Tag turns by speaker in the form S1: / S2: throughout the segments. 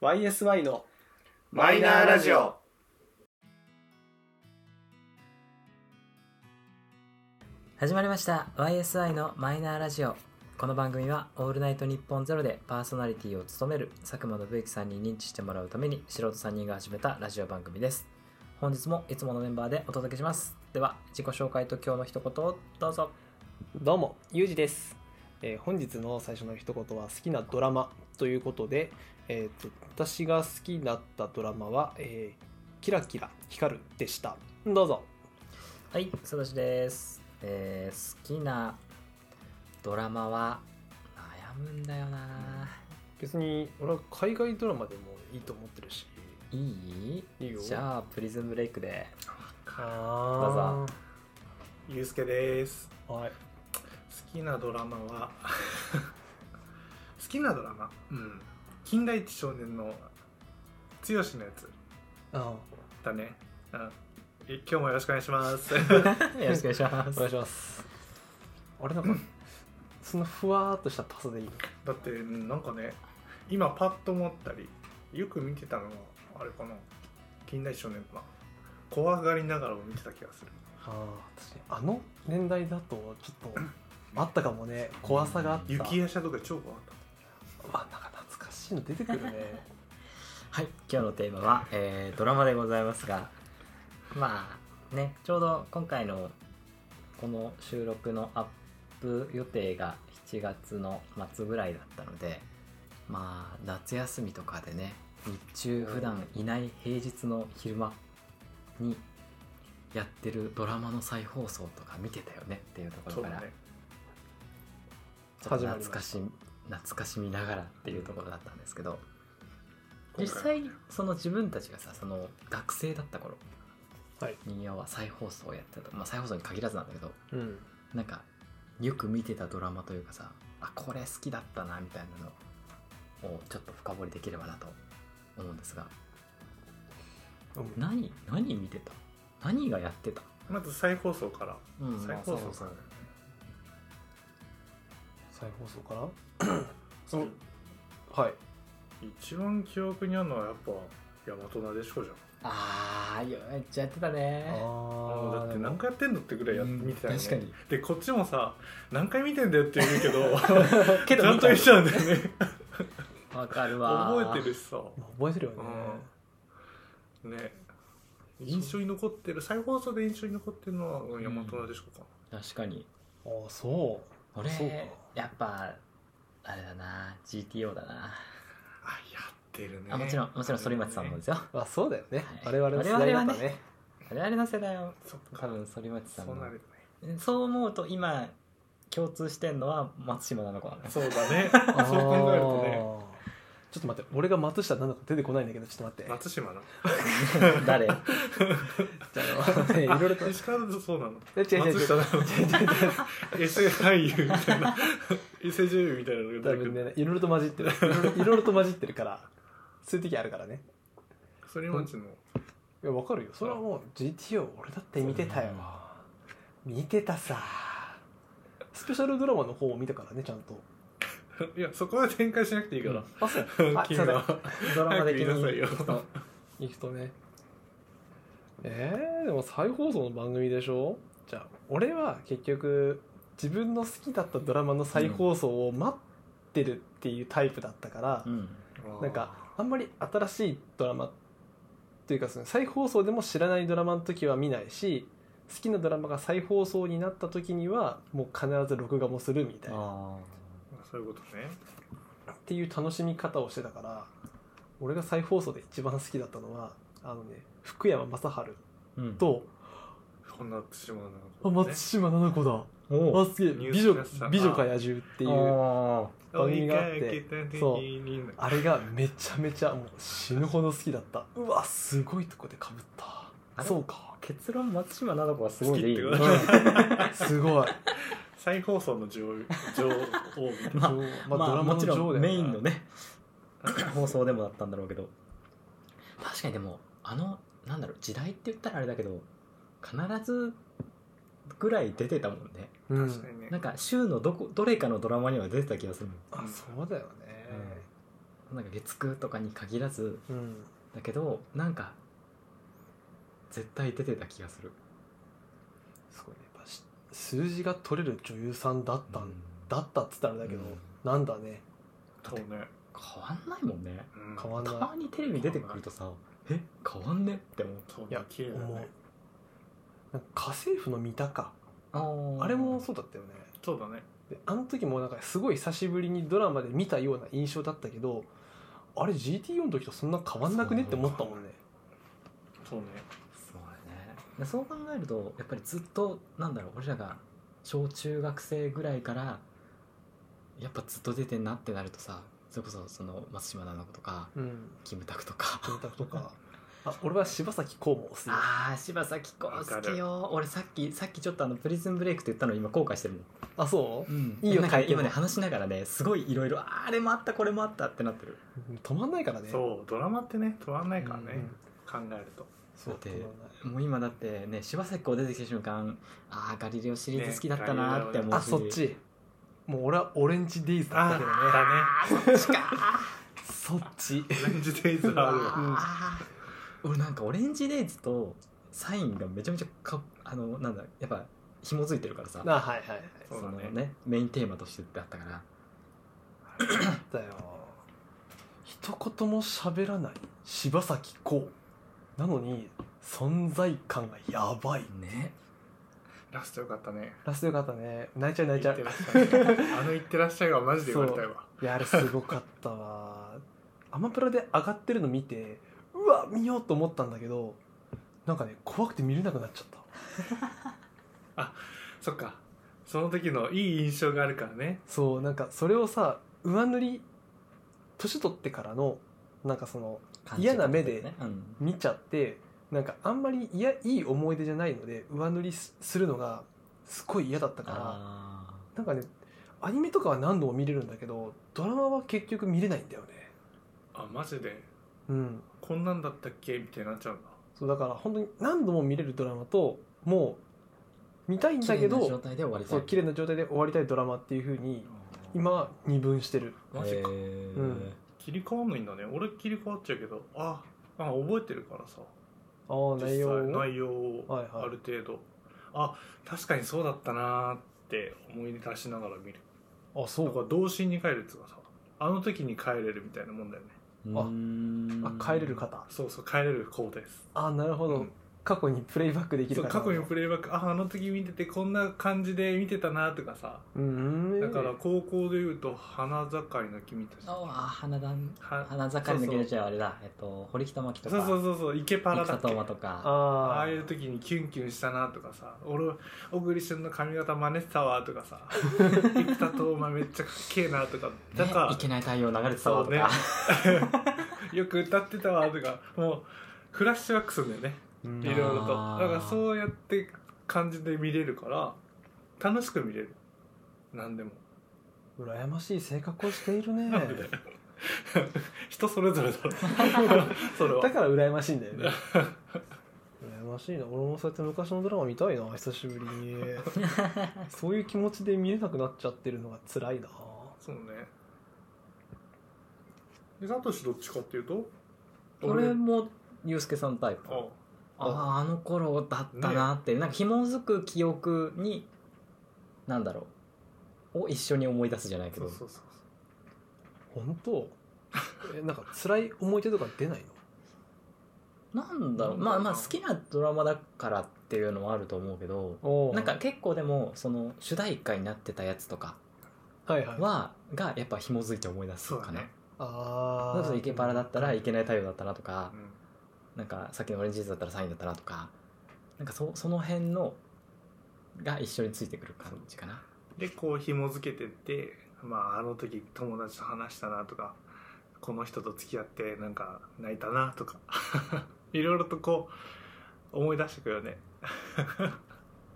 S1: YSY の
S2: マイナーラジオ。
S3: 始まりました YSI のマイナーラジオこの番組は「オールナイトニッポンゼロでパーソナリティを務める佐久間信之さんに認知してもらうために素人3人が始めたラジオ番組です本日もいつものメンバーでお届けしますでは自己紹介と今日の一言をどうぞ
S1: どうもゆうじです、えー本日の最初の一言は好きなドラマということで、えー、と私が好きだったドラマは、えーキラキラ光る」でしたどうぞ
S3: はい佐藤です、えー好きなドラマは悩むんだよな
S1: 別に俺は海外ドラマでもいいと思ってるし
S3: いい
S1: いいよ
S3: じゃあプリズムブレイクで
S1: あ
S2: ゆうすけです。
S1: どうぞはい
S2: 好きなドラマは 好きなドラマ、うん、金田一少年の剛のやつ
S1: あ
S2: だね。うん。え今日もよろしくお願いします。
S3: よろしくお願いしま
S1: お
S3: す
S1: 願いしますあれなんかそのふわーっとしたタスでいいの
S2: だってうんなんかね今パッと思ったりよく見てたのはあれかな近代少年かな怖がりながらも見てた気がする
S1: ああ確かにあの年代だとちょっとあったかもね怖さがあった
S2: 雪夜叉とか超怖かっ
S1: あなんか懐かしいの出てくるね
S3: はい、今日のテーマは、えードラマでございますがまあねちょうど今回のこの収録のアップ予定が7月の末ぐらいだったのでまあ夏休みとかでね日中普段いない平日の昼間にやってるドラマの再放送とか見てたよねっていうと
S2: た
S3: ころ
S2: そう
S3: か
S2: だ
S3: ら、
S2: ね
S3: ちょっと
S1: 始まり
S3: 懐
S1: ま
S3: か
S1: した
S3: し懐かしみながらっていうところだったんですけど
S2: 今回
S3: 実際その自分たちがさその学生だった頃
S1: はい
S3: に要は再放送をやってたと、まあ、再放送に限らずなんだけど
S1: うん
S3: なんかよく見てたドラマというかさあこれ好きだったなみたいなのをちょっと深掘りできればなと思うんですが何何見てた何がやってた、
S2: まず再放送から
S3: うん
S2: 再放送
S3: そ
S2: か
S3: う
S2: ら
S1: 再放送か
S2: その
S1: なはい
S2: 一番記憶にあるのはやっぱ大和なでしこじゃん
S3: ああめっちゃやってたね
S2: もうだ
S1: あ
S2: っ て何回やってんのってぐらいやっ
S3: うん
S2: 見てたよね
S3: 確かに
S2: でこっちもさ何回見てんだよって言うけど
S3: け
S2: ちゃ
S3: ど
S2: ん
S3: 見
S2: と
S3: た
S2: 見ちゃ うんだよね
S3: わかるわ
S2: 覚えてるしさ
S1: 覚えてるよね
S2: ね印象に残ってる再放送で印象に残ってるのはうん大和なでしこかな、
S3: 確かに
S1: ああそう
S3: 俺
S1: そうか
S3: やっぱあれだな GTO だな、
S2: あやってるね
S3: あもちろんもちろん反町さんもですよ、
S1: あそうだよね、
S3: はい
S1: 我々の世代だった
S3: 我々は
S1: ね
S3: 我々の世代は
S2: そっ
S3: 多
S2: か
S3: 分反町さん
S2: そう
S3: も
S2: なるよね
S3: そう思うと今共通してんのは松島菜々子なんです
S2: そうだね
S1: あ
S2: そう考えるとね
S1: ーちょっと待って俺が松下なんだか出てこないんだけどちょっと待って
S2: 松島な
S3: 誰
S1: あの ねいろいろと
S2: あ石川だとそうなの
S1: え違う違う違う
S2: 松下なの
S1: 違う違う違う
S2: 伊勢俳優みたいな 伊勢女優みたいなのが
S1: 多
S2: 出てく
S1: 分
S2: る
S1: ねいろいろと混じってるいろいろいろいろと混じってるからそういう時あるからね
S2: 反町の
S1: いやわかるよそれはもう GTO 俺だって見てたよ見てたさスペシャルドラマの方を見たからねちゃんと
S2: いやそこは展開しなくていいから、
S1: あそうあすい
S2: 君
S1: ま
S2: は
S3: ドラマ的
S2: 早く言
S3: に
S2: いなさいよ
S3: そう
S1: せん行くとねえー、でも再放送の番組でしょじゃあ俺は結局自分の好きだったドラマの再放送を待ってるっていうタイプだったから、
S3: うん
S1: なんかあんまり新しいドラマっていうかその再放送でも知らないドラマの時は見ないし好きなドラマが再放送になった時にはもう必ず録画もするみたいなっ
S3: あ
S2: あそういうことね
S1: ていう楽しみ方をしてたから俺が再放送で一番好きだったのはあのね福山雅治
S3: ーうん
S1: と
S2: こんな松島なの
S1: 「あ松島菜々子だ」
S3: お
S1: あすげえ
S2: ニュー
S1: 美
S2: ス
S1: 女
S2: キャスター
S1: 美女か野獣」っていう
S3: お
S1: 番組があってそう
S2: う
S1: あれがめちゃめちゃもう死ぬほど好きだったうわすごいとこでかぶっ
S3: あ
S1: た
S3: れ
S1: そう か
S3: 結論松島菜々子はすごいでいい
S2: 好きってこ
S1: すごい
S2: 再放送の女王女王みたいな
S3: まあ
S1: まあ
S3: ま
S1: ド
S3: あ
S1: ラマ
S3: も
S1: の
S3: ち
S1: 女王だよ
S3: ろ
S1: ね
S3: んメインのね 放送でもだったんだろうけど確かにでもあのなんだろう時代って言ったらあれだけど必ずぐらい出てたもんね
S1: うん
S2: 確かにね
S3: なんか週のどこどれかのドラマには出てた気がする
S1: あそうだよね、
S3: なんか月9とかに限らず
S1: うん
S3: だけどなんか絶対出てた気がする
S1: すごいねやっぱし数字が取れる女優さんだったん、
S3: うん
S1: だったっつったらあれだけど、
S3: うん
S1: なんだね
S2: そうね、
S3: 変わんないもんね
S2: うん、
S1: 変わん
S3: た
S1: な
S3: まにテレビ出てくるとさえ変わんねって思う
S2: そう
S1: い
S2: ね
S1: や
S2: 綺麗だ
S1: 思う
S2: ね
S1: なんか家政婦の三鷹
S3: あ
S1: あれもそうだったよね
S2: そうだね
S1: であの時もなんかすごい久しぶりにドラマで見たような印象だったけどあれ GTO の時とそんな変わんなくねって思ったもんね
S2: そうね
S3: そうだねでそう考えるとやっぱりずっとなんだろう俺らが小中学生ぐらいからやっぱずっと出てんなってなるとさそれこそその松島菜々子とか
S1: うん
S3: キムタクとか
S1: 金卓とかあ俺は柴咲コウもおすすめ
S3: あー柴咲コウ好きよ俺さっきさっきちょっとあのプリズンブレイクって言ったの今後悔してるもん
S1: あそう
S3: うん
S1: いいよ
S3: なんか
S1: 書いても
S3: 今ね話しながらねすごいいろいろあれもあったこれもあったってなってる
S1: 止まんないからね
S2: そうドラマってね止まんないからね、考えると
S1: そう
S3: だって
S1: 止まんない
S3: もう今だってね柴咲コウ出てきた瞬間ああガリレオシリーズ好きだったなーって思うし、
S1: あそっちもう俺はオレンジデイズだったけどね
S2: あ
S3: そっちか
S1: そっち
S2: だねオレンジデイズある よ
S3: あー俺なんかオレンジデイズとサインがめちゃめちゃかあのなんだやっぱ紐づいてるからさ
S1: あはいはいはい
S2: そうだ
S3: の
S2: ね
S3: ねメインテーマとしてってあったから
S1: だよ一言も喋らない柴咲コウなのに存在感がやばい
S3: ね
S2: ラストよかったね
S1: ラストよかったね泣いちゃう泣いちゃ
S2: 行って
S1: う
S2: らっしゃい あの「行ってらっしゃい」はマジで言われたいわ
S1: いやあれすごかったわアマプラで上がってるの見てうわ見ようと思ったんだけどなんかね怖くて見れなくなっちゃった
S2: そっかその時のいい印象があるからね
S1: そうなんかそれをさ上塗り年取ってからのなんかその嫌な目で
S3: 感じたことだよね
S1: 見ちゃってなんかあんまりいやいい思い出じゃないので上塗りすするのがすごい嫌だった
S3: うん、
S1: から
S3: あ
S1: なんかねアニメとかは何度も見れるんだけどドラマは結局見れないんだよね
S2: あマジで
S1: うん
S2: こんなんだったっけみたいになっちゃうんだ
S1: そうだから本当に何度も見れるドラマともう見たいん
S3: ー
S1: だけ
S3: 綺麗な状
S1: ど
S3: 態で終わりたい
S1: そう綺麗な状態で終わりたいドラマっていう風に今は二分してる
S2: マジか
S3: へー
S1: うん
S2: 切り替わんないんだね俺切り替わっちゃうけどああ覚えてるからさ
S1: ああ
S2: 実
S1: 内
S2: 際
S1: 容を
S2: 内容を
S1: はいはい
S2: ある程度、あ確かにそうだったなーって思い出しながら見る
S1: あそ
S2: だ
S1: う
S2: から童心に帰るっつうかさあの時に帰れるみたいなもんだよね
S3: うーん
S1: あ帰れる方
S2: そうそう帰れる方です
S1: あなるほど、
S2: うん
S1: 過去にプレイバックでき
S2: そ
S1: る
S2: う
S1: から
S2: 過去にプレイバックああの時見ててこんな感じで見てたなとかさ
S1: うん
S2: だから高校でいうと花盛りの君たち
S3: ああ花だ
S2: は
S3: 花盛りの芸術はあれだえっと堀北真希と
S2: そ
S3: か
S2: うそうそうそう池パラだ
S3: 生田
S2: っけ
S3: 斗真とか
S1: あ
S2: あ
S1: あ
S2: あいう時にキュンキュンしたなとかさ俺小栗旬の髪型真似てたわとかさ生田斗真めっちゃかっけえなとかだ
S3: ねい
S2: か
S3: けない太陽流れてたわとか、
S2: らよく歌ってたわとかもうフラッシュバックするんだよね
S1: うん
S2: いろいろと
S3: あー
S2: だからそうやって感じで見れるから楽しく見れる何でも
S1: 羨ましい性格をしている ね
S2: なんでだよ人それぞれだろそれは
S1: だから羨ましいんだよね羨ましいな俺もそうやって昔のドラマ見たいな久しぶり にそういう気持ちで見れなくなっちゃってるのが辛いな
S2: そうねでサトシどっちかっていうと
S3: 俺もユうスケさんタイプ
S2: あ
S3: あああの頃だったなって、なんか紐づく記憶になんだろうを一緒に思い出すじゃないけ
S2: そ
S3: ど
S2: うそうそう
S1: 本当えなんか辛い思い出とか出ないの
S3: なんだろうまあまあ好きなドラマだからっていうのもあると思うけど
S1: おー
S3: なんか結構でもその主題歌になってたやつとか
S1: はいはい
S3: はがやっぱ紐づいて思い出す
S2: そう
S3: か
S2: だ
S3: な
S2: ね、
S1: あ
S3: それ
S1: あ
S3: こそイケパラだったらいけない太陽だったなとか
S2: う、ん
S3: なんかさっきのオレンジジュースだったらサインだったなとかなんかそその辺のが一緒についてくる感じかな
S2: でこう紐付けてって、まあ、あの時友達と話したなとかこの人と付き合ってなんか泣いたなとか いろいろとこう思い出してくるよね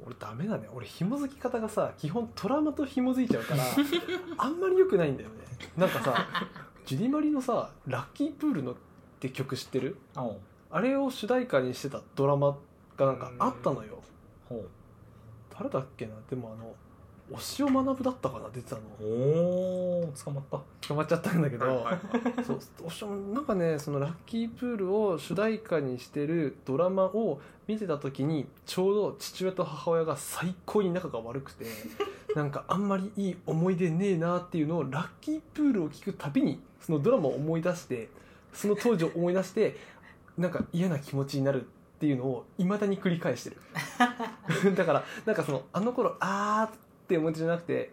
S1: 俺ダメだね俺紐づき方がさ基本トラウマと紐づいちゃうから あんまり良くないんだよねなんかさジュディマリのさ「ラッキープールの」って曲知ってる
S3: お
S1: あれを主題歌にしてたドラマがなんかあったのよ
S3: ほう
S1: 誰だっけなでもあの推しを学ぶだったかな出てたの
S3: おお捕まった
S1: 捕まっちゃったんだけど、
S2: はいはい
S1: そう推しをなんかねそのラッキープールを主題歌にしてるドラマを見てた時にちょうど父親と母親が最高に仲が悪くてなんかあんまりいい思い出ねえなっていうのをラッキープールを聞くたびにそのドラマを思い出してその当時を思い出してなんか嫌な気持ちになるっていうのをいまだに繰り返してるだからなんかそのあの頃あーって思い出じゃなくて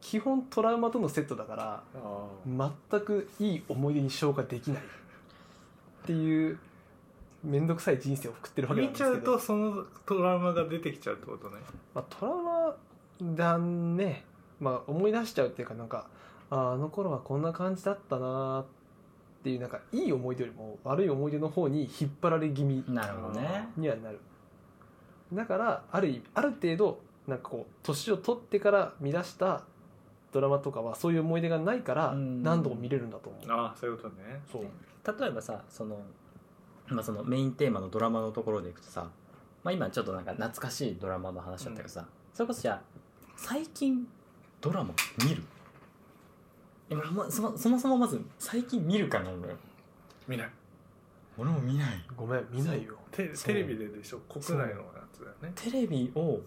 S1: 基本トラウマとのセットだから
S2: あ
S1: 全くいい思い出に消化できないっていう面倒くさい人生を送ってる
S2: あ
S1: わけな
S2: 見
S1: んで
S2: ちゃ
S1: すけ
S2: う
S1: ど
S2: とそのトラウマが出てきちゃうってことね
S1: まあ、トラウマだね、まあ、思い出しちゃうっていうかなんかああの頃はこんな感じだったなーっていうなんかいい思い出よりも悪い思い出の方に引っ張られ気味
S3: なるほどね
S1: にはなるだからある意味ある程度なんかこう年を取ってから見出したドラマとかはそういう思い出がないから
S3: うん
S1: 何度も見れるんだと思う、
S2: ああそういうことね
S1: そう
S3: 例えばさその,、まあ、そのメインテーマのドラマのところでいくとさ、まあ、今ちょっとなんか懐かしいドラマの話だったけどさ、それこそじゃあ最近ドラマ見るえままそもそもそもまず最近見るかなのよ
S2: 見ない
S3: 俺も見ない
S1: ごめん見ないよ
S2: テ
S3: そう
S2: テレビででしょ国内のやつだよね
S3: テレビを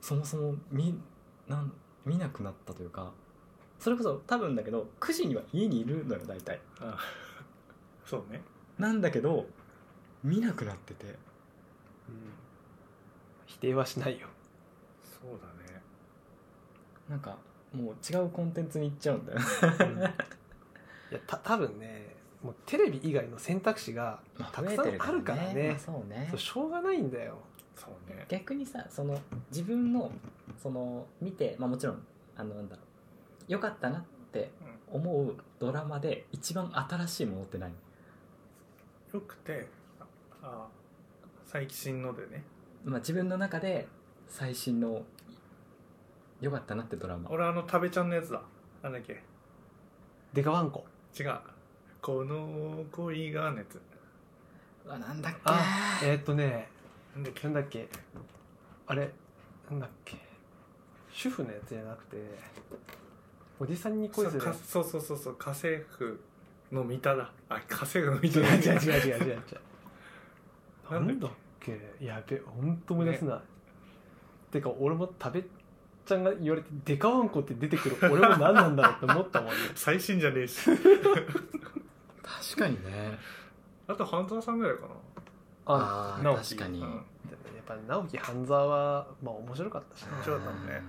S3: そもそも見なん見なくなったというかそれこそ多分だけど9時には家にいるのよ大体
S2: ああそうね
S3: なんだけど見なくなってて
S1: 否定はしないよ
S2: そうだね
S3: なんかもう違うコンテンツに行っちゃうんだよね
S1: いやた多分ねもうテレビ以外の選択肢が
S3: ま
S1: たくさん
S3: 増えて
S1: あるからね
S3: まあそうね
S1: そうしょうがないんだよ
S2: そうね
S3: 逆にさその自分のその見て、まあ、もちろんあのなんだろうよかったなって思うドラマで一番新しいものって何
S2: よくてああ最新のでね
S3: まあ、自分の中で最新の良かったなってドラマ
S2: 俺あの食べちゃんのやつだなんだっけ
S1: でかわんこ
S2: 違うこの恋がのやつ
S3: うわなんだっけ
S1: あえーっとね
S2: なんだっけ
S1: なんだっけあれなんだっけ主婦のやつじゃなくておじさんに
S2: そ
S1: 恋
S2: う
S1: する
S2: か
S1: や
S2: そうそうそうそう家政婦の三田だあ家政婦の三
S1: つ違
S2: 田
S1: う
S2: だ
S1: 違う違う違う違う違うな
S2: なん
S1: ん
S2: だ
S1: だ
S2: っ
S1: っけやべ本当思い出せない、てか俺も食べちゃんが言われてでかわんこって出てくる俺も何なんだろうって思ったもんね
S2: 最新じゃねえし
S3: 確かにね
S2: あと半沢さんぐらいかな
S3: あー
S1: 直
S3: 確かに
S2: うん
S1: やっぱ直樹半沢はまあ面白か ったしね
S2: 面白かったもんね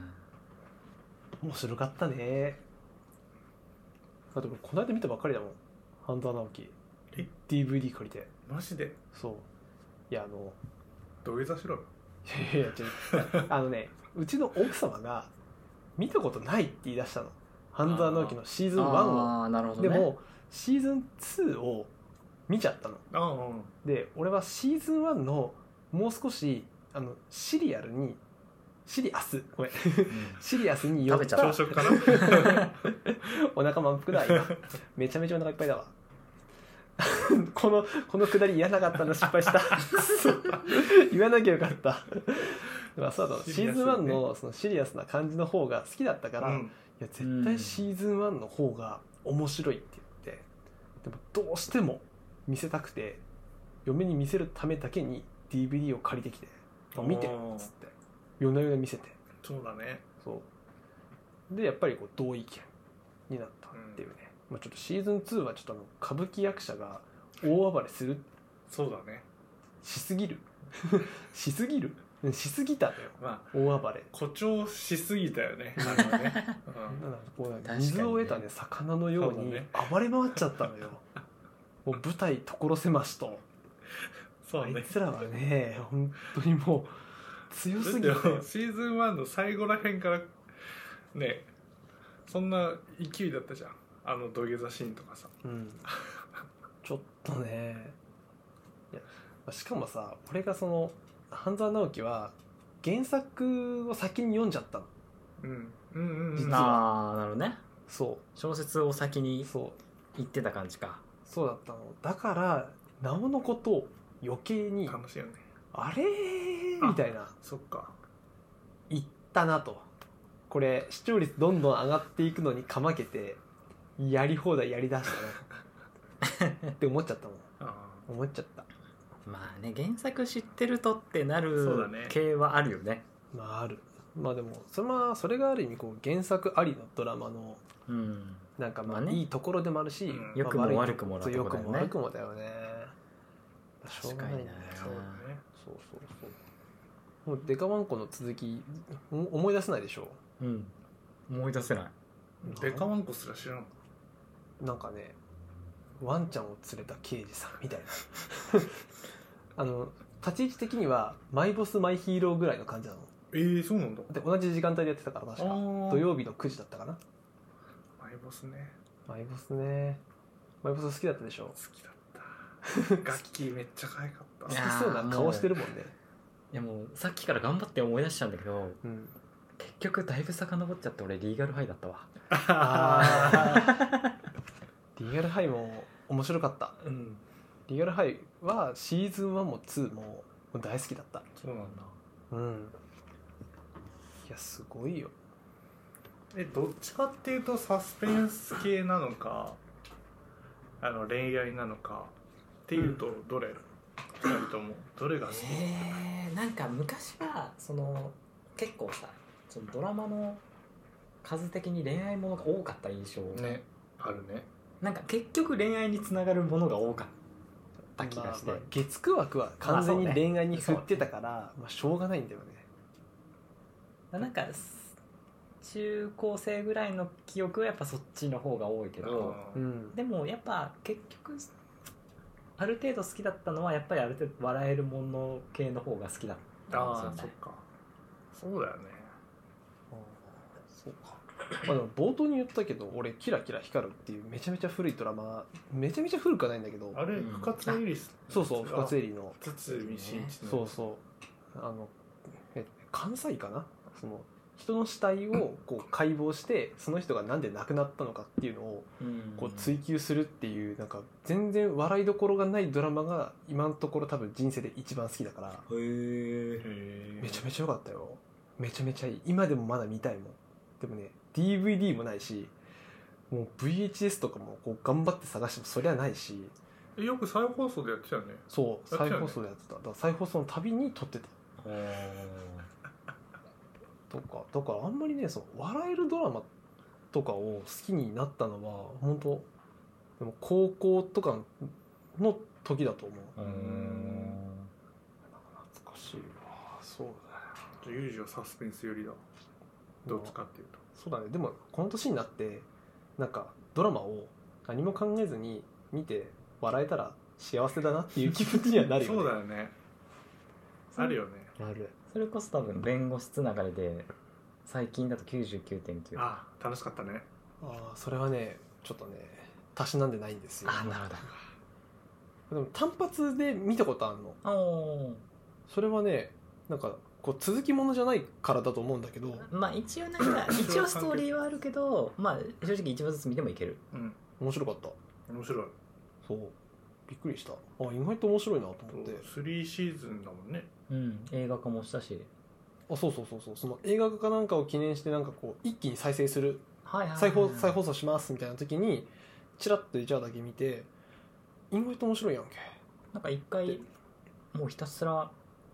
S1: 面白かったねだって俺この間見たばっかりだもん半沢直樹
S2: え
S1: DVD 借りて
S2: マジで
S1: そういやあの
S2: 土下座しろよ
S1: いやいやちょっとあのねうちの奥様が見たことないって言い出したの半沢直樹のシーズン1を
S3: ああなるほど
S1: で
S3: ね
S1: もシーズン2を見ちゃったの
S2: ああうん
S1: で俺はシーズン1のもう少しあのシリアルにシリアスごめんシリアスに寄っ
S3: 食べちゃった
S2: 朝食 かな
S1: お腹満腹だ今 めちゃめちゃお腹いっぱいだわ このこのくだりやらなかったの失敗 した言わなきゃよかったまあそうだろう
S2: シ
S1: シ
S2: リア
S1: ー
S2: ス
S1: ズン
S2: よね
S1: 1のそのシリアスな感じの方が好きだったから、
S2: う
S1: い
S2: ん
S1: や絶対シーズン1の方が面白いって言ってでもどうしても見せたくて嫁に見せるためだけに DVD を借りてきて「見て」っ
S2: おー
S1: つって夜な夜な見せて
S2: そうだね
S1: そうでやっぱりこう同意見になったっていうね、まあ、ちょっとシーズン2はちょっとあの歌舞伎役者が大暴れする
S2: そうだね
S1: しすぎる しすぎる うんしすぎたのよ
S2: まあ
S1: 大暴れ
S2: 誇張しすぎたよねあれは ね、
S1: なんかこう
S3: かにね
S1: 水を得たね魚のよう
S2: そう
S1: に
S2: だね
S1: 暴れ回っちゃったの よもう舞台所狭しと
S2: うん、そう
S1: あ
S2: ね
S1: いつらはね本当にもう強すぎて
S2: だってシーズン1の最後らへんからねそんな勢いだったじゃんあの土下座シーンとかさ
S1: うん、ちょっとねいやまあしかもさ俺がその半沢直樹は原作を先に読んじゃったの
S2: うんうんうんうん
S1: 実は
S3: ああなるほどね
S1: そ
S3: 小説を先
S1: う
S3: に
S1: そう
S3: 言ってた感じか
S1: そうだったのだからなおのことを余計に
S2: 楽しいよね
S1: あれーみたいな
S2: そっか
S1: 言ったなとここれ視聴率どんどん上がっていくのにかまけてやり放題やりだした なって思っちゃったもん
S2: あ
S1: 思っちゃった
S3: まあね原作知ってるとってな
S2: そうだね
S3: る系はあるよね
S1: まああるまあでもそれ,、まあ、それがある意味こう原作ありのドラマの
S3: うん
S1: なんかまあ
S3: まあね
S1: いいところでもあるし、
S2: うん
S1: まあ
S3: 良くも悪く
S1: い
S3: もな
S1: そう
S3: と
S1: 良
S3: こ
S1: く
S3: だよ
S1: も
S3: ね
S1: 悪くもだよねまあしょうがないね
S3: 確
S2: ー
S3: か
S2: そう
S3: に
S2: だ
S3: な
S2: ね
S1: そうそうそうもうデカワンコの続きお思い出せないでしょ
S3: うん思い出せない
S2: デカワンコすら知らん
S1: なんかねワンちゃんを連れた刑事さん みたいなあの立ち位置的にはマイボスマイヒーローぐらいの感じなの
S2: えー、そうなんだ
S1: で同じ時間帯でやってたから確か土
S2: 土
S1: 曜日の9時だったかな
S2: マイボスね
S1: マイボスねマイボス好きだったでしょ
S2: 好きだった ガッキーめっちゃ可愛かっ
S1: 好
S3: い
S1: き
S3: や
S2: た
S1: そうな顔してるもんね
S3: いやもうさっきから頑張って思い出したんだけど
S1: うん
S3: 結局だいぶ遡っちゃって俺リーガルハイだったわ
S1: あー リアルハイも面白かった
S2: うん
S1: リアルハイはシーズン1も2ももう大好きだった
S2: そうなんだ
S1: うんいやすごいよ
S2: えどっちかっていうとサスペンス系なのかあの恋愛なのかっていうとどれ、二人ともどれが好き、
S3: えー、なんか昔はその結構さそのドラマの数的に恋愛ものが多かった印象、
S2: ねあるね
S3: なんか結局恋愛につながるものが多かった気がして、
S1: まあまあ月9枠は完全に恋愛に振ってたから、まあ、しょうがないんだよね
S3: なんかす中高生ぐらいの記憶はやっぱそっちの方が多いけど
S2: う
S1: うんん
S3: でもやっぱ結局ある程度好きだったのはやっぱりある程度笑えるもの系の方が好きだった
S2: あ
S3: ん
S2: あ
S3: です
S2: そ
S3: よ
S2: っ
S3: ね
S2: かそうだよね
S1: そうか、まあ、でも冒頭に言ったけど俺「キラキラ光る」っていうめちゃめちゃ古いドラマめちゃめちゃ古くはないんだけど
S2: あれ
S3: うん
S2: 深津絵里さん
S1: そうそう深津絵
S2: 里
S1: 里の
S2: 堤真一の
S1: そうそうあのえ関西かなその人の死体をこう解剖してその人がなんで亡くなったのかっていうのをこう追求するっていうなんか全然笑いどころがないドラマが今のところ多分人生で一番好きだから
S3: へ
S2: へ
S1: めちゃめちゃ良かったよめちゃめちゃいい今でもまだ見たいもんでもね DVD もないしもう VHS とかもこう頑張って探してもそりゃないし
S2: えよく再放送でやってたよね
S1: そう
S2: やってた
S1: 再
S2: よね
S1: 放送でやってただから再放送のたびに撮ってたとかだからあんまりねその笑えるドラマとかを好きになったのは本当でも高校とかの時だと思う
S2: うん
S1: 懐かしいわそうだね
S2: じゃあユージはサスペンスよりだどっちかっていうと
S1: そうだねでもこの年になってなんかドラマを何も考えずに見て笑えたら幸せだなっていう気持ちにはなるよね
S2: そうだよねあるよね
S1: なる
S3: それこそ多分弁護士つながりで最近だと99.9
S2: あ楽しかったね
S1: ああそれはねちょっとねたしなんでないんですよ
S3: あなる
S1: でも単発で見たことあるの
S3: ほどお
S1: それはねなんかこう続きものじゃないからだと思うんだけど
S3: まあ一応なん か一応ストーリーはあるけどまあ正直一話ずつ見てもいける
S2: うん
S1: 面白かった
S2: 面白い
S1: そうびっくりしたあ意外と面白いなと思って
S2: 3シーズンだもんね
S3: うん映画化もしたし
S1: あそうそうそうそうその映画化かなんかを記念してなんかこう一気に再生する
S3: はいはいはい
S1: 再放再放送しますみたいな時にチラッと1話だけ見て意外と面白いやんけ
S3: なんか一回もうひたすら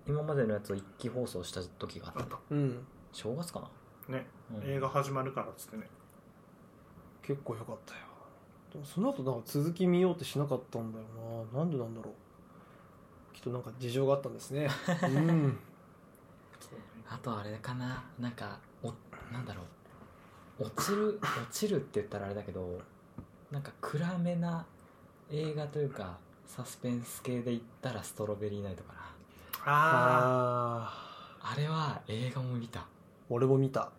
S3: 今までのやつを一気放送した時があった
S1: うん
S3: 正月かな
S2: ね、
S3: うん
S2: 映画始まるからっつってね
S1: 結構良かったよでもその後なんか続き見ようってしなかったんだよななんでなんだろうきっとなんか事情があったんです ねうん
S3: あとあれかななんかおなんだろう落ちる落ちるって言ったらあれだけどなんか暗めな映画というかサスペンス系で言ったらストロベリーナイトかな
S2: あ
S1: あ
S2: あ
S1: あ
S3: あれは映画も見た
S1: 俺も見た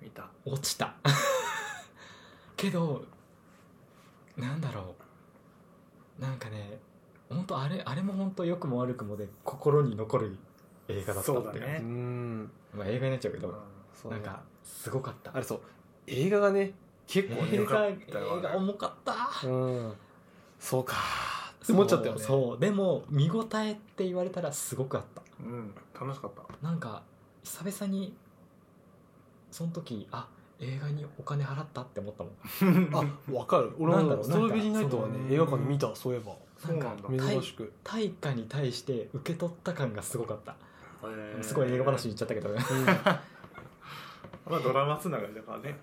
S2: 見た
S3: 落ちた けどなんだろうなんかね本当あれあれも本当良くも悪くもで心に残る映画だったって
S2: そう
S3: い
S2: だ
S1: う
S2: ね
S1: ん
S3: まあ映画になっちゃうけ
S2: うん
S3: ど
S1: そう
S3: な
S1: ね
S3: んかすごかった
S1: あれそう映画がね結構
S3: 映
S1: ね
S2: よ
S3: 画
S2: か
S3: 映
S2: ったよあれ
S3: 画重かった
S1: うんそうかって思っちゃったよね
S3: そうそうでも見応えって言われたらすごくあった
S2: うん楽しかった
S3: なんか久々にその時あ映画にお金払ったって思ったもん
S1: あわかる俺
S3: なんだろ
S1: も
S3: う
S1: ストロベリーナイトはね
S2: なんか
S1: 映画館で見たそういえば
S2: そうなんだ
S3: なんか
S1: 珍しく、
S3: 対価に対して受け取った感がすごかった、
S2: えー
S3: すごい映画話に言っちゃったけどね
S2: まあドラマつながりだからね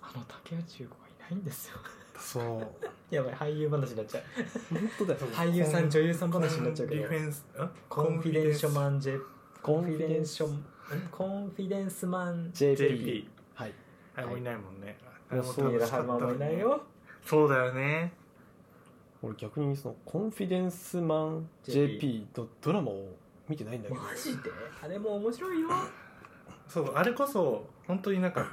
S3: あの竹内優子がいないんですよ
S1: そう本
S3: やばい俳優話になっ ちゃう
S1: 当だよ
S3: 俳優さん女優さん話になっちゃうけど
S2: コンフィデンスん
S3: コンフィデンショ
S2: ン
S3: マンジェコンフィデンショ
S1: ン
S3: ンコンフィデンスマン
S1: JP
S2: JP
S1: はい
S2: 誰もいないもんね
S1: はい
S2: 誰
S3: 三
S2: 楽
S3: 浦
S2: しか
S3: 春
S2: った
S3: 馬も
S2: の
S3: い
S2: に
S3: ないよ
S2: そうだよね
S1: 俺逆にそのコンフィデンスマン JP のドラマを見てないんだけど
S3: マジであれも面白いよ
S2: そうあれこそ本当になんか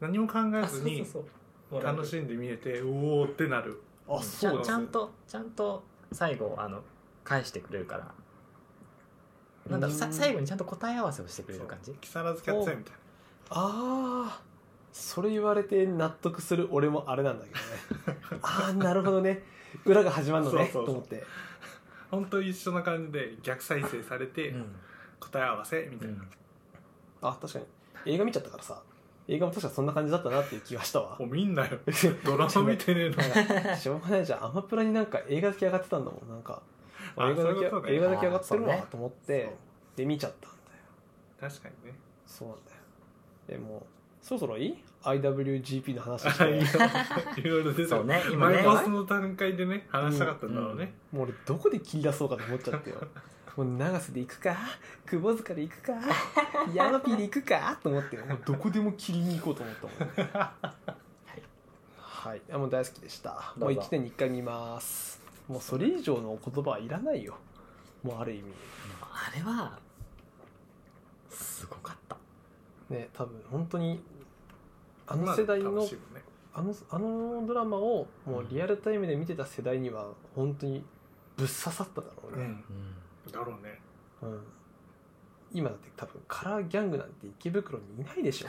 S2: 何も考え
S3: あ
S2: ず
S3: そう
S2: に
S3: そうそう
S2: 楽しんで見れてうおーってなる
S1: あ
S3: ち
S1: そう
S3: ゃ
S1: なん
S3: ちゃん
S1: と
S3: とちゃんと最後あの返してくれるからなんだろうさ最後にちゃんと答え合わせをしてくれる感じ
S2: 木更津キャッツアイみたいな
S1: ああそれ言われて納得する俺もあれなんだけど ねああなるほどね裏が始まるのね
S2: そうそうそう
S1: と思って
S2: 本当に一緒な感じで逆再生されて
S3: うん
S2: 答え合わせみ
S3: う
S2: たいなん
S1: あ確かに映画見ちゃったからさ映画も確かそんな感じだったなっていう気がしたわ
S2: お見んなよドラマ見てねえの
S1: しょうがないじゃんアマプラになんか映画だけ上がってたんだもんなんか
S2: あ
S1: 映画だけ
S2: そういうことね
S1: 映画だけ上がってるわ、
S3: あーそうね
S1: と思ってで見ちゃったんだよ
S2: 確かにね
S1: そうなんだよでもそろそろいい IWGP の話し
S2: あい
S1: て
S2: やいろいろ出てる
S3: そうね今
S2: マ
S3: ね
S2: イナスの段階でね話したかったんだろうね、
S1: もう俺どこで切り出そうかと思っちゃ ってよもう長瀬で行くか窪塚で行くかヤマピーで行くかと思ってもうどこでも切りに行こうと思ったもん、ね、はい、あもう大好きでした
S3: ど
S1: も
S3: う
S1: う
S3: ぞ
S1: 1年に1回見ますもうそれ以上のお言葉はいらないよもうある意味
S3: あれはすごかった
S1: ね多分本当にあ
S2: ま
S1: の
S2: あ
S1: 世代
S2: 楽
S1: の
S2: しいもんね
S1: あのあのドラマをもうリアルタイムで見てた世代には本当にぶっ刺さっただろうね、
S2: うん、だろうね
S1: うん、今だって多分カラーギャングなんて池袋にいないでし ょ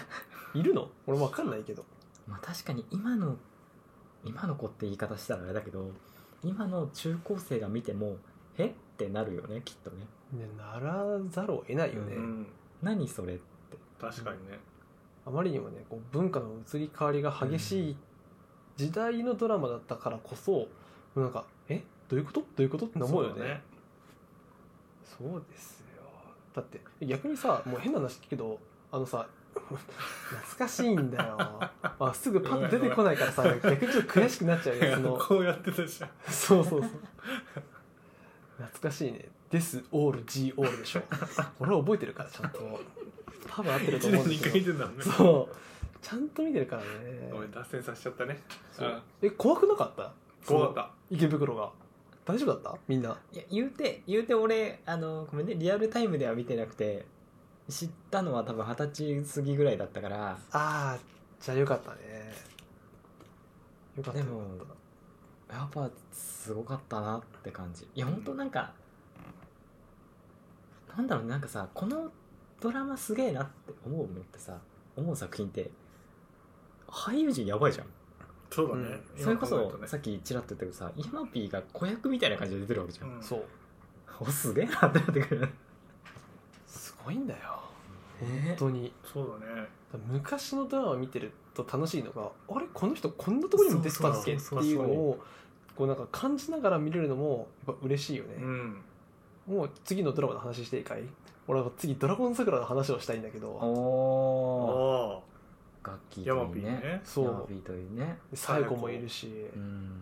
S1: いるの俺わかんないけど
S3: まあ確かに今の今の子って言い方したらあれだけど今の中高生が見てもえってなるよねきっとね
S1: ねならざるを得ないよね、
S2: うん
S3: 何それ
S2: 確かにね、
S1: あまりにもねこう文化の移り変わりが激しい時代のドラマだったからこそもうなんかえどういうことどういうことって思うよ
S2: そだ
S1: ねそうですよだって逆にさもう変な話聞くけどあのさ懐かしいんだ よ、まあ、すぐパッと出てこないからさ逆にちょっと悔しくなっちゃうよねそ の
S2: こうやってたじゃん
S1: そうそうそう懐かしいね「This all G all」でしょ俺は覚えてるからちゃんと多分合ってると
S2: 1
S1: 思うん
S2: 年に
S1: です
S2: 1回
S1: け
S2: 見
S1: ど
S2: てんだもんね
S1: そうちゃんと見てるからね
S2: ごめん脱線させちゃったね
S1: そうえ怖くなかった
S2: 怖
S1: その
S2: か
S1: 池袋が大丈夫だったみんない
S3: や言うて言うて俺あのごめんねリアルタイムでは見てなくて知ったのは多分二十歳過ぎぐらいだったから
S1: ああじゃあよかったねよかった
S3: で
S1: よ
S3: も
S1: かっ
S3: やっぱすごかったなって感じいや本当なんか、なんだろうねなんかさこのドラマすげえなって思うのってさ思う作品って俳優陣やばいじゃん
S2: ったそうだね、
S1: う
S3: それこ
S2: 今考
S3: そ
S2: えるとね
S3: さっきちらっと言ったけどさヤマピーが子役みたいな感じで出てるわけじゃん、
S2: うん
S1: たそう
S3: おすげえなってなって くる
S1: すごいんだよ
S3: え
S1: 本当に
S2: そうだね
S1: 昔のドラマ見てると楽しいのがあれこの人こんなところにも出てたっけって
S2: そうそうそ
S1: い
S2: う
S1: うのをこうなんか感じながら見れるのもやっぱ嬉しいよ
S2: う
S1: ね、
S2: ん
S1: もう次のドラマの話していいかい俺は次「ドラゴン桜」の話をしたいんだけ
S3: お
S1: ど
S2: お
S3: お
S2: お
S3: 楽器
S2: ヤマ
S3: と
S2: ピ
S3: い
S2: ー
S3: うね
S2: ね
S1: そう
S3: ヤマピーというね
S1: 最後もいるし
S3: うん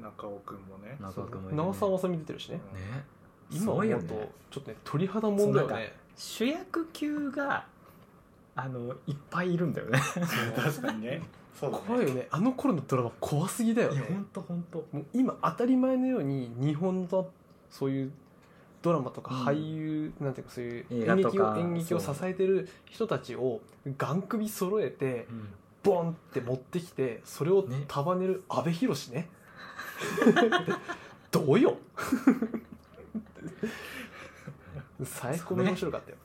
S2: 中尾くんもね
S3: 長
S1: そう
S3: くもいる、ね、
S1: 長澤まさみ出てるしね
S2: うん
S3: ね
S1: 今思うと
S3: すごいよね
S1: ちょっとね鳥肌もんだよ
S3: そうなん
S1: ね
S3: 主役級があのいっぱいいるんだよね
S2: 確かにねそうだね
S1: 怖いよねあの頃のドラマ怖すぎだよ
S3: い
S1: ね
S3: やほんとほんと
S1: もう今当たり前のように日本のそういうドラマとか
S3: うん
S1: 俳優、なんていうかそういう
S3: 映
S1: 演
S3: 画と
S1: 劇
S3: か
S1: を演劇を支
S3: そう
S1: えてる人たちをガン首揃えて
S3: うん
S1: ボンって持ってきてそれを
S3: ね
S1: 束ねる阿部寛ね どうよ最高に面白かったよ、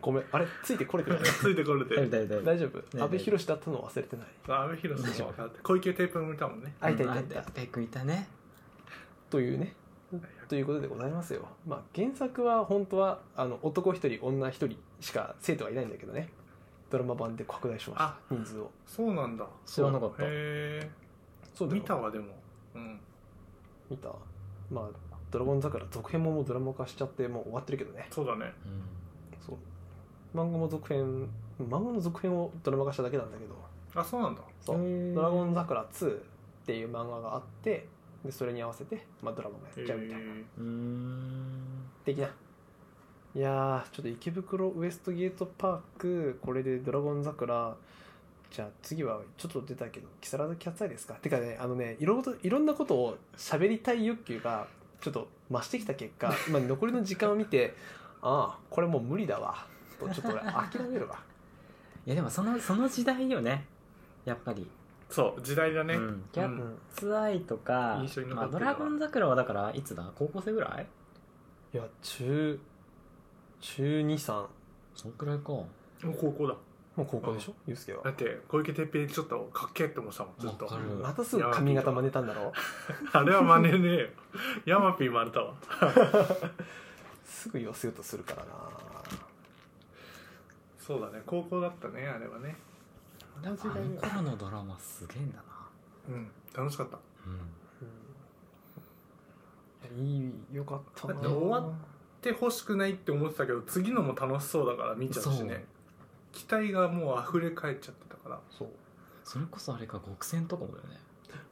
S1: ごめんあれついてこれて る
S2: ついてこれ
S3: だ
S2: て
S3: いだいだい
S1: 大丈夫
S3: ね
S1: 阿部寛だったの忘れてない
S2: 阿部寛さんも分かって小池テープもいたもんね
S1: あいたい
S3: うん
S1: た
S3: あ
S1: いた
S3: ペックいたね
S1: というねということでございますよ。まあ、原作は本当はあの男一人女一人しか生徒はいないんだけどねドラマ版で拡大しまし
S2: あ
S1: た人数を
S2: そうなんだ
S3: 知らなかった
S2: へ
S1: そ
S2: え
S1: うだよ
S2: 見たわでもうん
S1: 見たまあ「ドラゴン桜」続編ももうドラマ化しちゃってもう終わってるけどね
S2: そうだね
S1: そう漫画も続編漫画の続編をドラマ化しただけなんだけど
S2: あそうなんだ
S1: そう
S3: へ
S1: 「
S3: ー
S1: ドラゴン桜2」っていう漫画があってでそれに合わせて、まあ、ドラマもやっ
S2: へ
S1: ちゃうみたいな
S2: え
S3: うんうん
S1: 的ないやーちょっと池袋ウエストゲートパークこれで「ドラゴン桜」じゃあ次はちょっと出たけど「木更津キャッツアイ」ですかてかねあのねいろいろといろんなことを喋りたい欲求がちょっと増してきた結果今残りの時間を見て ああこれもう無理だわとちょっと俺諦めるわ
S3: いやでもそのその時代よねやっぱり
S2: そう時代だね、
S3: うんギャ
S1: う
S2: うん
S1: ん
S3: ツアイとか
S2: 印象に残
S3: まあ、
S2: って
S3: ド
S2: る
S3: ラ
S2: わ
S3: ゴン桜はだからいつだ高校生ぐらい
S1: いや中中23
S3: そんくらいか
S2: もう高校だ
S1: もう高校でしょユうスケは
S2: だって小池徹平ちょっとかっけえって思ってたもんずっと
S3: わかる
S1: またすぐ髪型真似たんだろう
S2: あれは真似ねえよヤマピー真似たわ
S1: すぐ寄せようとするからな
S2: そうだね高校だったねあれはね
S3: でもあの頃のドラマすげえんだな
S2: うん楽しかった
S3: うん
S1: うんいやいいよかったな
S2: だって終わって欲しくないって思ってたけど次のも楽しそうだから見ちゃうしね期待がもう溢れ返っちゃってたから
S1: そう
S3: それこそあれか極戦とかもだよね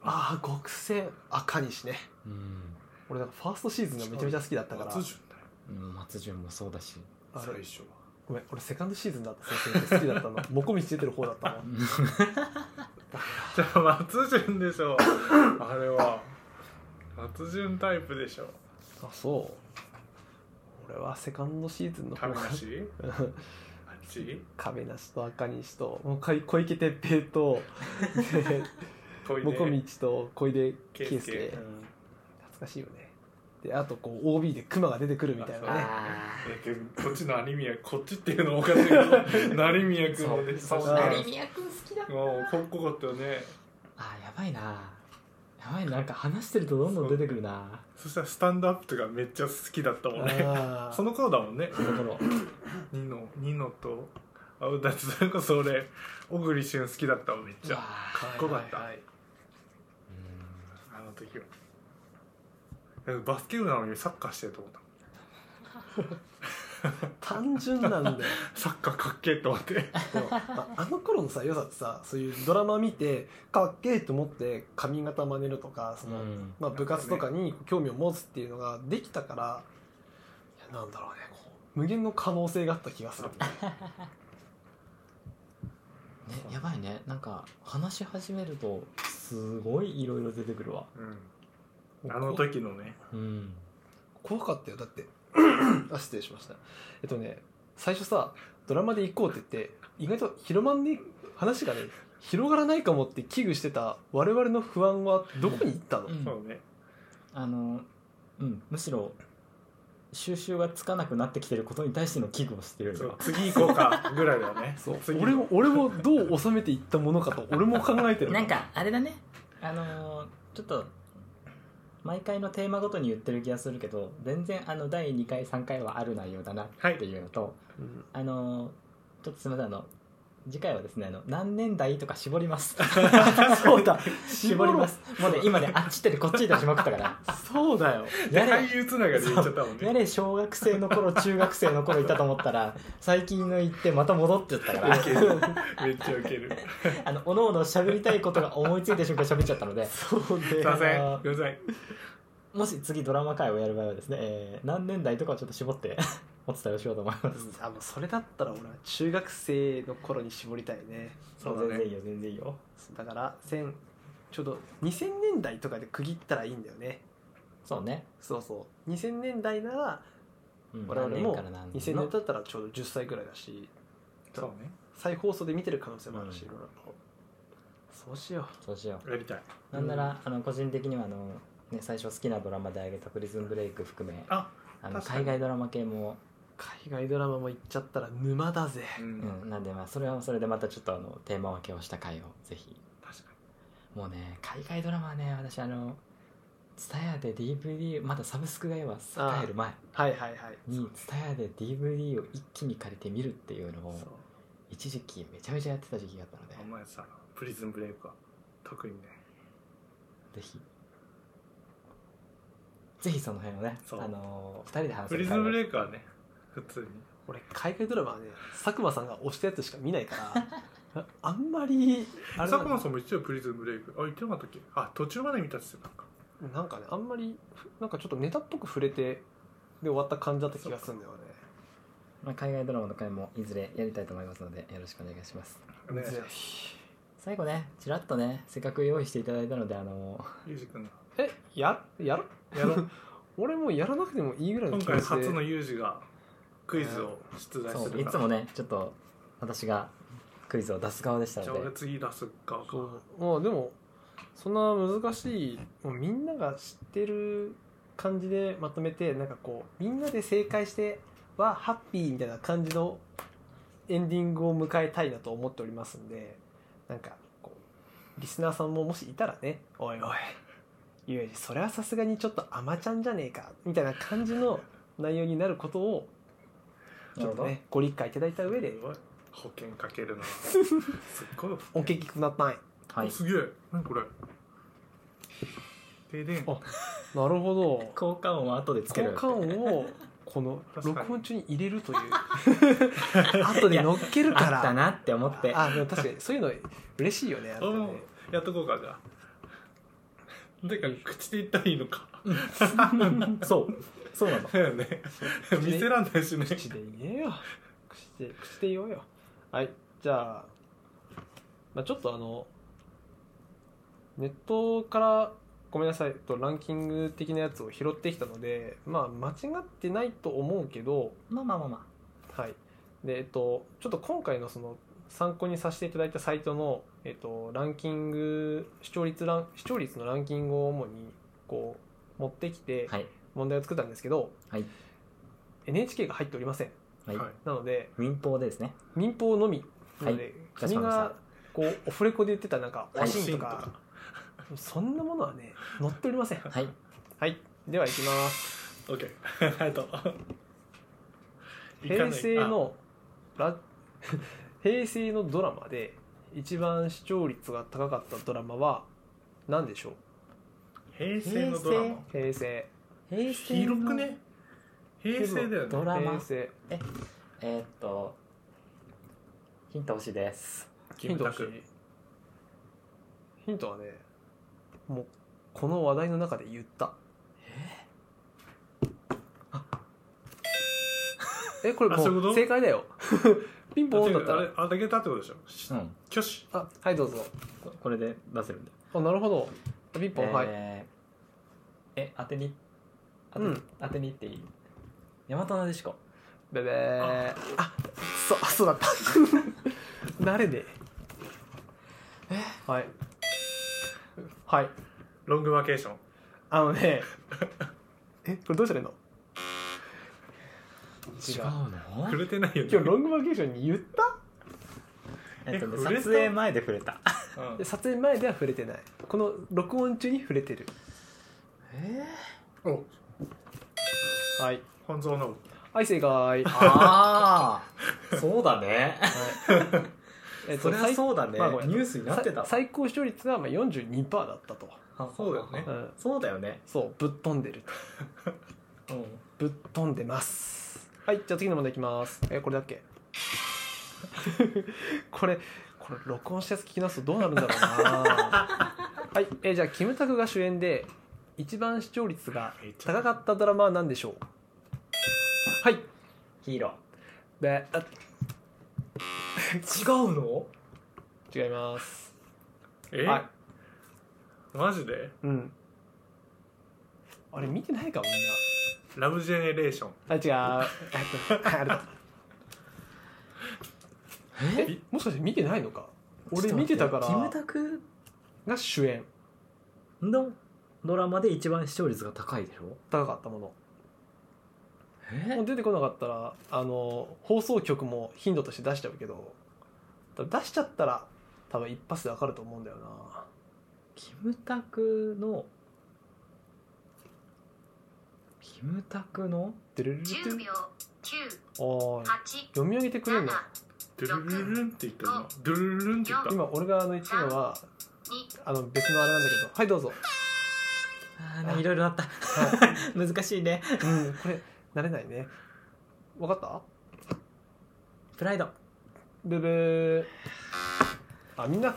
S1: ああ極戦赤西ね
S3: うん
S1: 俺なんかファーストシーズンがめちゃめちゃ好きだったから
S2: 松潤だよ
S3: うん松潤もそうだし
S1: あ
S2: 最
S1: れ
S2: 初は
S1: ごめん俺セカンドシーズンだった先生好きだった のモコミチ出てる方だったの
S2: じゃあ松潤でしょあれは松潤タイプでしょ
S1: あそう俺はセカンドシーズンの方
S2: 亀
S1: が
S2: 梨
S1: うん
S2: あっち
S1: 亀梨と赤西ともうかい小池徹平 と
S2: 小
S1: でモコミチと小出
S2: 圭
S1: 圭
S2: 介
S1: 介
S2: うん
S1: 懐かしいよねであとこう OB でクマが出てくるみたいなね
S3: あ
S2: えけどこっちの成宮こっちっていうのもおかしいけど 成宮君も出てたし
S1: そう成
S2: ね
S3: 宮君好きだ
S2: もうかっこよかったよね
S3: あーやばいなやばいななんか話してるとどんどん出てくるな
S2: そしたらスタンドアップとかめっちゃ好きだったもんね
S1: あー
S2: その頃だもんね
S3: その頃
S2: ニノニノとあだってそれこそ俺小栗旬好きだったもんめっち
S3: うわ
S2: ゃ
S3: ー
S2: かっこよかった
S1: はいはいはい
S2: あの時はえバスケ部なのにサッカーしてると思った
S1: 単純なんだよ
S2: サッカーかっけえと思っ て
S1: でもああの頃のさ良さってさそういうドラマ見てかっけえと思って髪型真似るとかその、
S3: うん
S1: まあ、部活とかに興味を持つっていうのができたからいやなんだろうねこう無限の可能性があった気がする
S3: ね、やばいねなんか話し始めるとすごいいろいろ出てくるわ
S2: うんあの時のね
S3: うん
S1: 怖かったよだってあ失礼しましたえっとね最初さドラマで行こうって言って意外と広まんね話がね広がらないかもって危惧してた我々の不安はどこに行ったの、
S3: うん
S2: そうね
S3: あのうんむしろ収集がつかなくなってきてることに対しての危惧をしてるより
S2: そう
S3: は
S2: 次行こうかぐらいだよね
S1: そう
S2: 次
S1: 俺も俺もどう収めていったものかと俺も考えてる
S3: なんかあれだねあのーちょっと毎回のテーマごとに言ってる気がするけど全然あの第2回3回はある内容だなっていうのと、
S1: うん
S3: あのーちょっとすみませんあの次回はですねあの何年代とか絞ります
S1: そうだ
S3: 絞りますもうね今ねあっち行ってるこっち行ってしまくったから
S1: そうだよ
S2: で
S3: やれ
S2: 俳優つながりで言っちゃったもん
S3: や
S2: ね
S3: れ小学生の頃中学生の頃いたと思ったら最近の行ってまた戻っちゃったから
S2: ウケるめっちゃウケる
S3: あのおのおの喋りたいことが思いついた瞬間喋っちゃったので
S1: そう
S2: す
S1: ね
S2: いませんごめんなさい
S3: もし次ドラマ会をやる場合はですね、えー何年代とかをちょっと絞って お伝えをしようと思います
S1: あもうそれだったら俺は中学生の頃に絞りたいね
S2: そうだ
S3: 全
S2: ね
S3: 然いいよ全然いいよ
S1: だから千ちょうど2000年代とかで区切ったらいいんだよね
S3: そうね、
S1: そうそう2000年代なら
S3: うん、
S1: 我々も
S3: 何年
S1: 2000
S3: の
S1: 年だったらちょうど10歳ぐらいだし
S2: そうね
S1: 再放送で見てる可能性もあるし、
S3: うん
S1: いろいろそうしよ
S3: そうしよう
S2: やりたい
S3: なんなら、あの個人的にはあの、ね、最初好きなドラマであげた「プリズンブレイク」含め
S2: あ
S3: あの
S2: 確かに
S3: 海外ドラマ系も、
S1: う海外ドラマも行っちゃったら沼だぜ
S2: う
S3: うんん、なんでまあそれはそれでまたちょっとあのテーマ分けをした回をぜひ
S2: 確か
S3: もうね海外ドラマはね私あの蔦屋ヤで DVD まだサブスクが今
S1: あー
S3: 入る前
S1: はいはいはい
S3: にツタヤで DVD を一気に借りて見るっていうのを
S1: そう
S3: 一時期めちゃめちゃやってた時期があったので
S2: お前さプリズンブレイクは特にね
S3: ぜひぜひその辺をね
S2: そう
S3: あのー、2人で話せ
S2: プ
S3: る
S2: リズ
S3: 会
S2: ン
S3: 話
S2: ブレイクはね普通に
S1: 俺海外ドラマはね佐久間さんが推したやつしか見ないから ああんまりあれ
S2: 佐
S1: なん
S2: 久間さんも言ってたよプリズンブレイクあ言ってなかったっけあ途中まで見たっつってたなんか
S1: なんかねあんまりふなんかちょっとネタっぽく触れてで終わった感じだった気がするんだよね
S3: まあ、海外ドラマの回もいずれやりたいと思いますのでよろしくお願いします
S2: お願いし
S1: ぜ
S2: ます
S1: ひ
S3: 最後ねちらっとねせっかく用意していただいたのであの
S2: ゆうじくんが
S1: えややる
S2: やろ
S1: 俺もうやらなくてもいいぐらいの
S2: 今
S1: 気
S2: 回
S1: 持ちで
S2: 初のゆうじがクイズを出題する
S3: そ
S2: か
S3: う
S2: ら
S3: いつもねちょっと私がクイズを出す側でした
S2: じゃ
S3: の
S2: あ俺
S3: で
S2: 次出す側か
S1: そうまあでもそんな難しいもうみんなが知ってる感じでまとめてなんかこうみんなで正解してはハッピーみたいな感じのエンディングを迎えたいなと思っておりますんでなんかこうリスナーさんももしいたらね「おいおいゆうじそれはさすがにちょっとあまちゃんじゃねえか」みたいな感じ の内容になることをちょっとねご理解いただいた上です
S2: ごい保険かけるのはすっごい
S1: お聞きください。
S3: はい
S2: すげえ何これ停電
S1: あなるほど
S3: 効果音は後でつけ
S1: 効
S3: る
S1: 果音をこの
S2: 確かに
S1: 録音中に入れるという 後で乗っけるか
S3: あ
S1: ら
S3: ったなって思って
S1: あでも確かにそういうの嬉しいよねあれ
S2: お
S1: ね
S2: うやっとこうかじゃあてか口で言ったらいいのか
S3: そうそうなの
S2: だよね
S1: 口で
S2: 見せらんないしね
S1: 口で言えよ口で口で言おうよはいじゃあ,、まあちょっとあのネットからごめんなさいとランキング的なやつを拾ってきたのでまあ間違ってないと思うけど
S3: まあまあまあま
S1: はい。で、えっと、ちょっと今回のその参考にさせていただいたサイトの、えっと、ランキング、視聴率ラン、視聴率のランキングを主に、こう、持ってきて
S3: あ、はい
S1: 問題を作ったんですけど、
S3: はい
S1: NHK が入っておりません。
S3: はい、
S2: はい
S1: なので、
S3: 民放でですね
S1: 民放のみ。なので、
S3: か
S1: 国
S3: しこまりました
S1: が、こう、オフレコで言ってた、なんか、
S3: はい
S1: おしんとか、そんなものはね、載っておりません。
S3: はい
S1: はい。では、行きます。
S2: オッケー ありがとう
S1: 平成のラ 平成のドラマで一番視聴率が高かったドラマは何でしょう
S2: あ平成のドラマ
S1: 平成
S3: 平成の
S2: 広くね平成だよ
S3: ド
S2: ね
S3: ラ
S1: 平
S3: マ
S1: 成
S3: えーっとヒント欲しいです
S1: ヒント欲し
S2: キム
S1: いヒントはねもうこの話題の中で言った えこれ
S2: あそうい
S1: も
S2: うこ
S1: う
S2: と
S1: 正解だ よピンポーンだった
S2: あ
S1: ら
S2: れあげたってことでしょ
S3: うん
S2: 挙手
S1: あはいどうぞ
S3: ここれで出せるんだ
S1: あなるほどピンポン、はい
S3: えーえ当てに当て,、
S1: うん
S3: 当てにっていい大和なでしこ
S1: ベベーあそうあそうだった 慣れねえはいはい
S2: ロングバケーション
S1: あのねえこれどうしたらいいの違う
S3: の
S2: 触れてないよね
S1: 今日ロングバケーションに言った
S3: えっとね
S2: え触れた
S3: 撮影前で触れた
S2: うん
S1: で撮影前では触れてないこの録音中に触れてる
S3: え
S2: お
S1: はい
S2: 本蔵の
S1: はい正解、はい、
S3: ああ そうだね
S1: えっ
S3: そりゃ
S1: 最
S3: そうだね、
S1: まあごめん
S3: ニュースになってたわ
S1: 最高視聴率がまあ42%だったと、
S2: そうだよね
S1: うん、
S3: そうだよね
S1: そうぶっ飛んでる
S3: うん
S1: ぶっ飛んでますはいじゃあ次の問題いきますえこれだっけ これこれ録音したやつ聞き直すとどうなるんだろうなはいえじゃあキムタクが主演で一番視聴率が高かったドラマは何でしょうはい
S3: ヒーロ
S1: であ
S3: ー違うの
S1: 違います
S2: え
S1: はい
S2: マジで
S1: うんあれ見てないかみん
S2: ラブジェネレーション
S1: なあ違うえっとあれだえもしかして見てないのか俺見てたから
S3: キムタク
S1: が主演
S3: のドラマで一番視聴率が高いでしょ
S1: 高かったもの
S3: え
S1: もう出てこなかったらあの放送局も頻度として出しちゃうけどだ出しちゃったら多分一発でわかると思うんだよな
S3: キムタクのキムタクの
S1: てるるる
S4: 10秒
S1: ああ
S4: 987
S1: 読み上げてくれんの
S2: ドゥルルルンって言った今ドゥルルルンって言った
S1: 今俺があの言ってるのはあの別のあれなんだけどはいどうぞ、
S3: あーいろいろなった
S1: は
S3: 難しいね
S1: い、うん これ慣れないねわかった
S3: プライド
S1: ブブーあみんない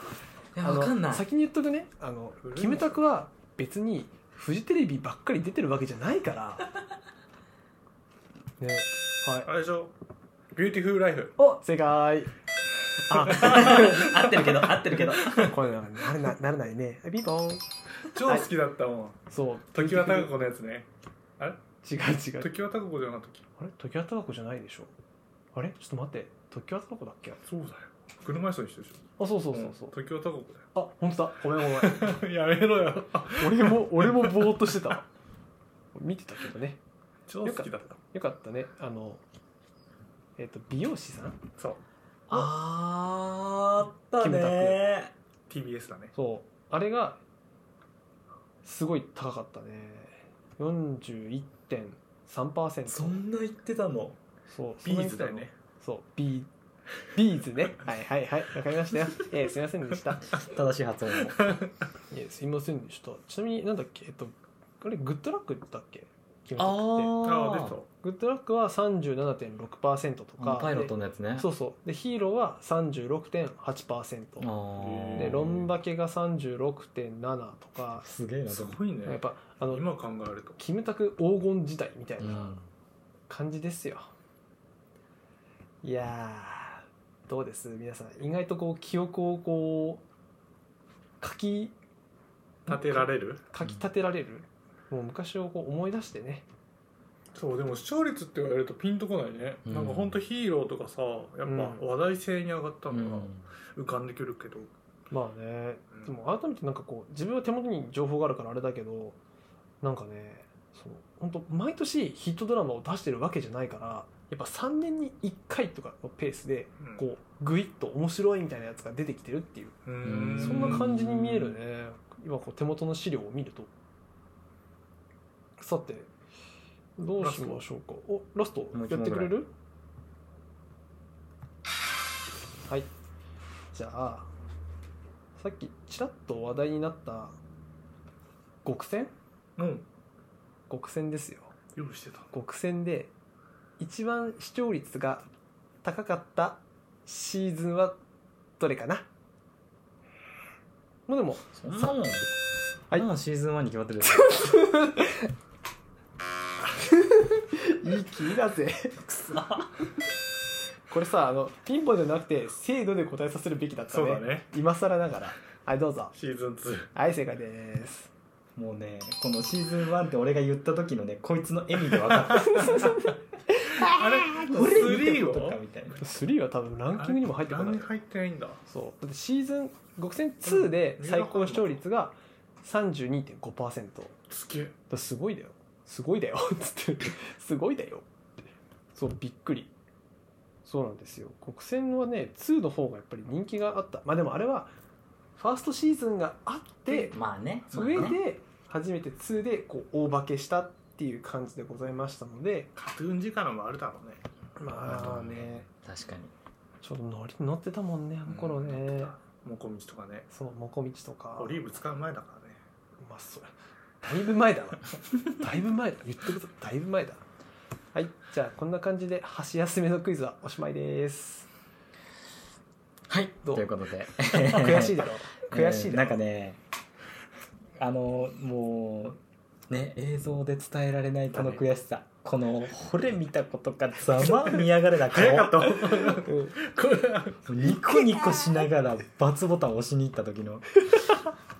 S3: や
S1: あの
S3: わかんない
S1: 先に言っとくねあの
S2: 古いね
S1: キムタクは別にフジテレビばっかり出てるわけじゃない からねはい
S2: あれでしょビューティフルライフ
S1: お正解 あ
S3: 合ってるけど合ってるけど
S1: これなんか慣れな慣れないねピンポン
S2: 超好きだったもん
S1: そう
S2: 時は貴子のやつね
S1: 違う違う
S2: 時は貴子じゃなかったっけ
S1: あれ時はタバコじゃないでしょあれちょっと待って時はタバコだっけあ
S2: そうだよ車椅子にしてるでし
S1: そうそ
S2: ょ
S1: うそうそう、
S2: 時は貴子だよ
S1: あ本当だごめんごめん
S2: やめろよ
S1: 俺も俺もぼーっとしてたわ見てたけどね
S2: 超好きだった
S1: よかったねあのえっ、と美容師さん
S2: そう
S3: あーあった
S1: キムタ
S3: ね
S2: TBS だね
S1: そうあれがすごい高かったね41.3%
S3: そんな言ってたの
S1: そう
S2: ビーズだよね
S1: そうビービーズねはいはいはいわかりましたよ、えーすいませんでした
S3: 正しい発音も
S1: いやすいませんでしたちなみになんだっけえっとあれグッドラックだっけ決め
S3: あ
S1: たって
S2: ああ
S3: ー
S2: 出た
S1: グッドラックは37.6%と
S3: あ
S1: か
S3: パイロットのやつね
S1: でそうそうでヒーローは36.8%
S3: あー
S1: でロンバケが36.7とか
S3: すげえな
S2: す
S3: でも
S2: ごいね
S1: やっぱあの
S2: 今考えると
S1: キムタク黄金時代みたいうなん感じですよ、いやーどうです皆さん意外とこう記憶をこう書き
S2: 立てられる
S1: 書き立てられる、もう昔をこう思い出してね
S2: そうでも視聴率って言われるとピンとこないね、
S3: うん
S2: なんかほんとヒーローとかさやっぱ
S1: うん
S2: 話題性に上がった
S3: う
S2: のが
S3: ん
S2: 浮かんでくるけど、
S1: まあね
S2: うん
S1: でも改めてなんかこう自分は手元に情報があるからあれだけどなんかねその本当毎年ヒットドラマを出してるわけじゃないからやっぱ3年に1回とかのペースで
S2: うん
S1: こうグイッと面白いみたいなやつが出てきてるっていう
S2: う
S3: う
S1: そんな感じに見えるね今こう手元の資料を見るとさてどうしましょうかおラスト
S3: もう一
S1: やっ
S3: 問
S1: てく
S3: ぐら
S1: れ
S3: い
S1: るはいじゃあさっきちらっと話題になった極戦
S2: うん
S1: 極戦ですよ
S2: 用意してた
S1: 極戦で一番視聴率が高かったシーズンはどれかなまあでも
S3: そんなもん
S1: い
S3: もうシーズン1に決まってるでし
S1: いい気だぜくそこれさあのピンポンじゃなくて精度で答えさせるべきだったね
S2: そうだね
S1: 今更ながらはいどうぞ
S2: シーズン2
S1: はい正解です
S3: ょもうねこのシーズン1って俺が言った時のねこいつの笑みで分 かった
S2: あれ
S3: 3
S2: 3
S3: を
S2: を
S3: みたいな
S1: 3は多分ランキングにも入ってこない
S2: 入ってないんだ
S1: そうだってシーズン5002で最高視聴率が32.5%だか
S2: すげえ
S1: らすごいだよすごいだよ つってすごいだよそうびっくりそうなんですよ国戦はね2の方がやっぱり人気があったまあでもあれはファーストシーズンがあって、
S3: まあね
S1: それで初めて2でこう大化けしたっていう感じでございましたので
S2: カトゥーン時間もあるだろうね
S1: まあね
S3: 確かに
S1: ちょっとノリに乗ってたもんねあの頃ね、
S2: もこみちとかね
S1: そうモコミチとか
S2: オリーブ使う前だからね
S1: まあそうだいぶ前 だわだいぶ前だ言ってることだいぶ前だはいじゃあこんな感じで箸休めのクイズはおしまいです
S3: はい
S1: どう
S3: ということで
S1: 悔しいだろ 悔しい
S3: え
S1: だ
S3: ーなん
S1: ろ、
S3: かねあのもうね映像で伝えられないこの悔しさこの惚れ見たことがざまあ見やがれな顔
S2: 早かった
S1: うん
S2: これ
S3: ニコニコしながら×ボタン押しに行った時 の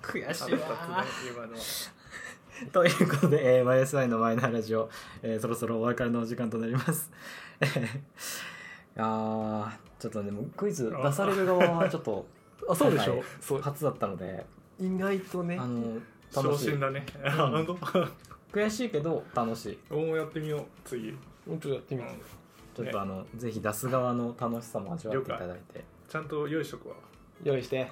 S3: 悔しいわ
S2: 今の
S3: ということで、えー、YSY のマイナーラジオ、えーそろそろお別れのお時間となります。 えーあーちょっとね、もうクイズ出される側はちょっと
S1: あそうでしょ、
S3: はい
S1: そう
S3: 初だったので、
S1: 意外とね
S3: あの、楽
S2: 昇
S3: しい
S2: 進。だねあ
S3: う
S2: 本
S3: ん
S2: 当
S3: 悔しいけど楽しい。
S2: 俺もやってみよう次
S1: もうちょっとやってみよ
S3: ちょっとあの、ぜひ出す側の楽しさも味わっていただいて、
S2: ちゃんと用意しとくわ
S1: う用意して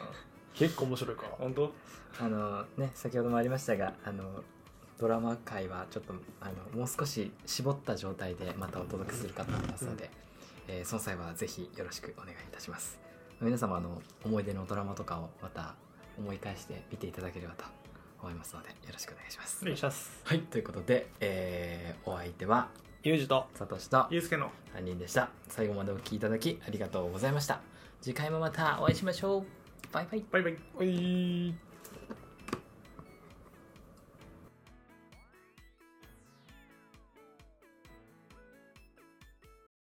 S1: 結構面白いから
S2: 本当
S3: あのね、先ほどもありましたが、あの、ドラマ界はちょっとあのもう少し絞った状態でまたお届けするかと思いますので、えーその際はぜひよろしくお願いいたします皆様あの思い出のドラマとかをまた思い返して見ていただければと思いますのでよろしくお願いします
S2: お願いします
S3: はいということで、えーお相手は
S1: ユージと
S3: サトシと
S2: ゆうすけの
S3: 3人でした最後までお聴きいただきありがとうございました次回もまたお会いしましょうバイバイ
S2: バイバイ
S1: はい